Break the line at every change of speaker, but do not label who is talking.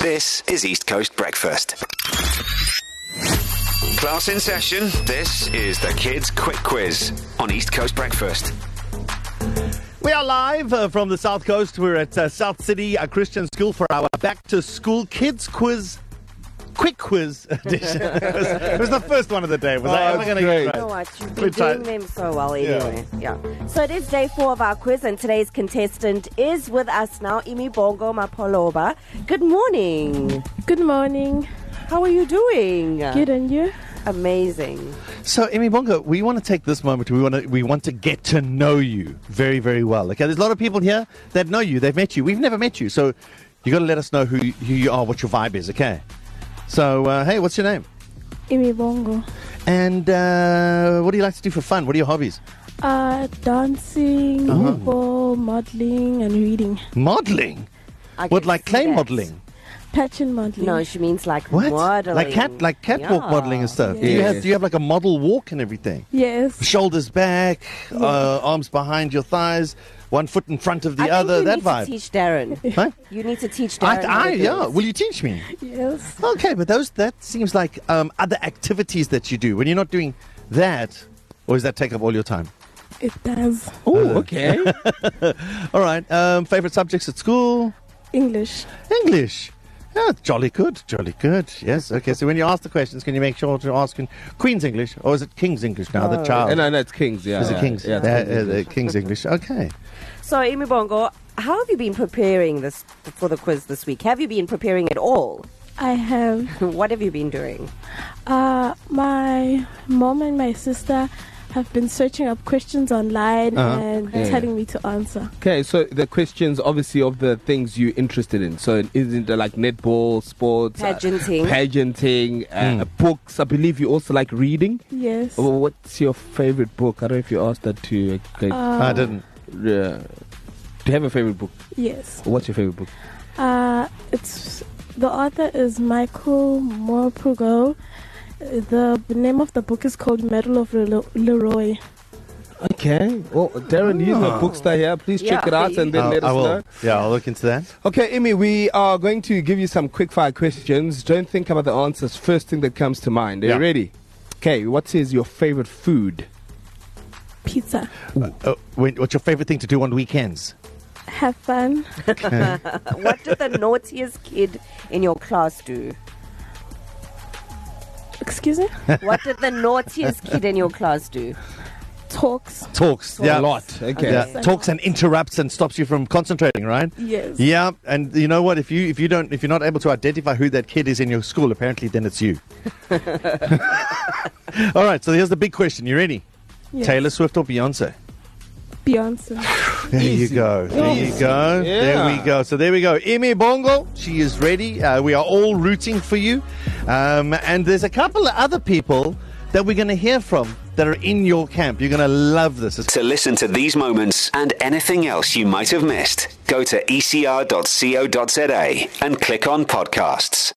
This is East Coast Breakfast. Class in session. This is the Kids Quick Quiz on East Coast Breakfast.
We are live uh, from the South Coast. We're at uh, South City uh, Christian School for our back to school kids quiz. Quick quiz edition. it, was, it was the first one of the day. Was I ever
Oh, that's
gonna get
great.
it
know
right?
what? You've
We
been
tried-
doing them so well anyway. Yeah. So it is day four of our quiz, and today's contestant is with us now, Imi Bongo Mapoloba. Good morning.
Good morning.
How are you doing?
Good and you?
Amazing.
So, Emmy Bongo, we want to take this moment. We want to we want to get to know you very, very well. Okay, there's a lot of people here that know you. They've met you. We've never met you, so you got to let us know who who you are, what your vibe is. Okay. So, uh, hey, what's your name?
Imi Bongo.
And uh, what do you like to do for fun? What are your hobbies?
Uh, dancing, football, modeling, and reading.
Modeling.
I
What,
can
like
see
clay
that.
modeling?
Passion modeling.
No, she means like
What?
modeling.
Like cat, like catwalk
Yeah.
modeling and stuff. Do you have do you have like a model walk and everything?
Yes.
Shoulders back, uh, arms behind your thighs, one foot in front of the
I think
other.
you
that
need
vibe.
To teach Darren.
Huh?
You need to teach
I,
Darren. how
I
to do
yeah.
this.
Will you teach me?
Yes.
Okay, but those that seems like um, other activities that you do when you're not doing that, or does that take up all your time?
It does.
Oh, okay.
All right. Um, favorite subjects at school?
English.
English. Yeah, jolly good, jolly good. Yes. Okay. So when you ask the questions, can you make sure to ask in Queen's English or is it King's English now?
Oh,
The child.
and no, no, it's Kings. Yeah,
Is it
yeah,
King's?
Yeah,
Yeah,
it's Kings.
uh, uh, King's English. Okay.
So, Imi Bongo, how have you been preparing this for the quiz this week? Have you been preparing at all?
I have
what have you been doing?
uh, my mom and my sister have been searching up questions online
Uh-huh.
and
Yeah.
telling me to answer.
Okay, so the questions obviously of the things you're interested in. So it isn't uh, like netball, sports, uh,
Pageanting.
pageanting, uh, books. I believe you also like reading.
Yes.
Wh- What's your favorite book? I don't know if you asked that to. Uh, Greg.
I didn't.
Yeah. do you have a favorite book?
Yes.
What's your favorite book?
Uh, it's the author is Michael Morprugo. The name of the book is called Medal of Lero- Leroy.
Okay. Well, Darren, you're the book star here. Please check
Yeah,
it out and then
I'll-
let
uh, I
us
will.
know.
Yeah, I'll look into that.
Okay, Emmy, we are going to give you some quick fire questions. Don't think about the answers. First thing that comes to mind. Are
Yeah.
you ready? Okay, what is your favorite food?
Pizza.
Uh, when, what's your favorite thing to do on weekends?
Have fun.
What did the naughtiest kid in your class do?
Excuse me?
What did the naughtiest kid in your class do?
Talks.
Talks. Yeah.
A lot. Okay.
Yeah,
Okay.
talks and interrupts and stops you from concentrating, right?
Yes.
Yeah, and you know what? If you if you don't if you're not able to identify who that kid is in your school, apparently then it's you. All right, so here's the big question. You ready?
Yes.
Taylor Swift or Beyonce?
Beyonce.
There you
Easy.
go. There you go. There
Yeah.
we go. So there we go. Emi Bongo, she is ready. Uh, we are all rooting for you. Um, and there's a couple of other people that we're going to hear from that are in your camp. You're going to love this. It's-
To listen to these moments and anything else you E might have missed, go to ecr.co.za and click on podcasts.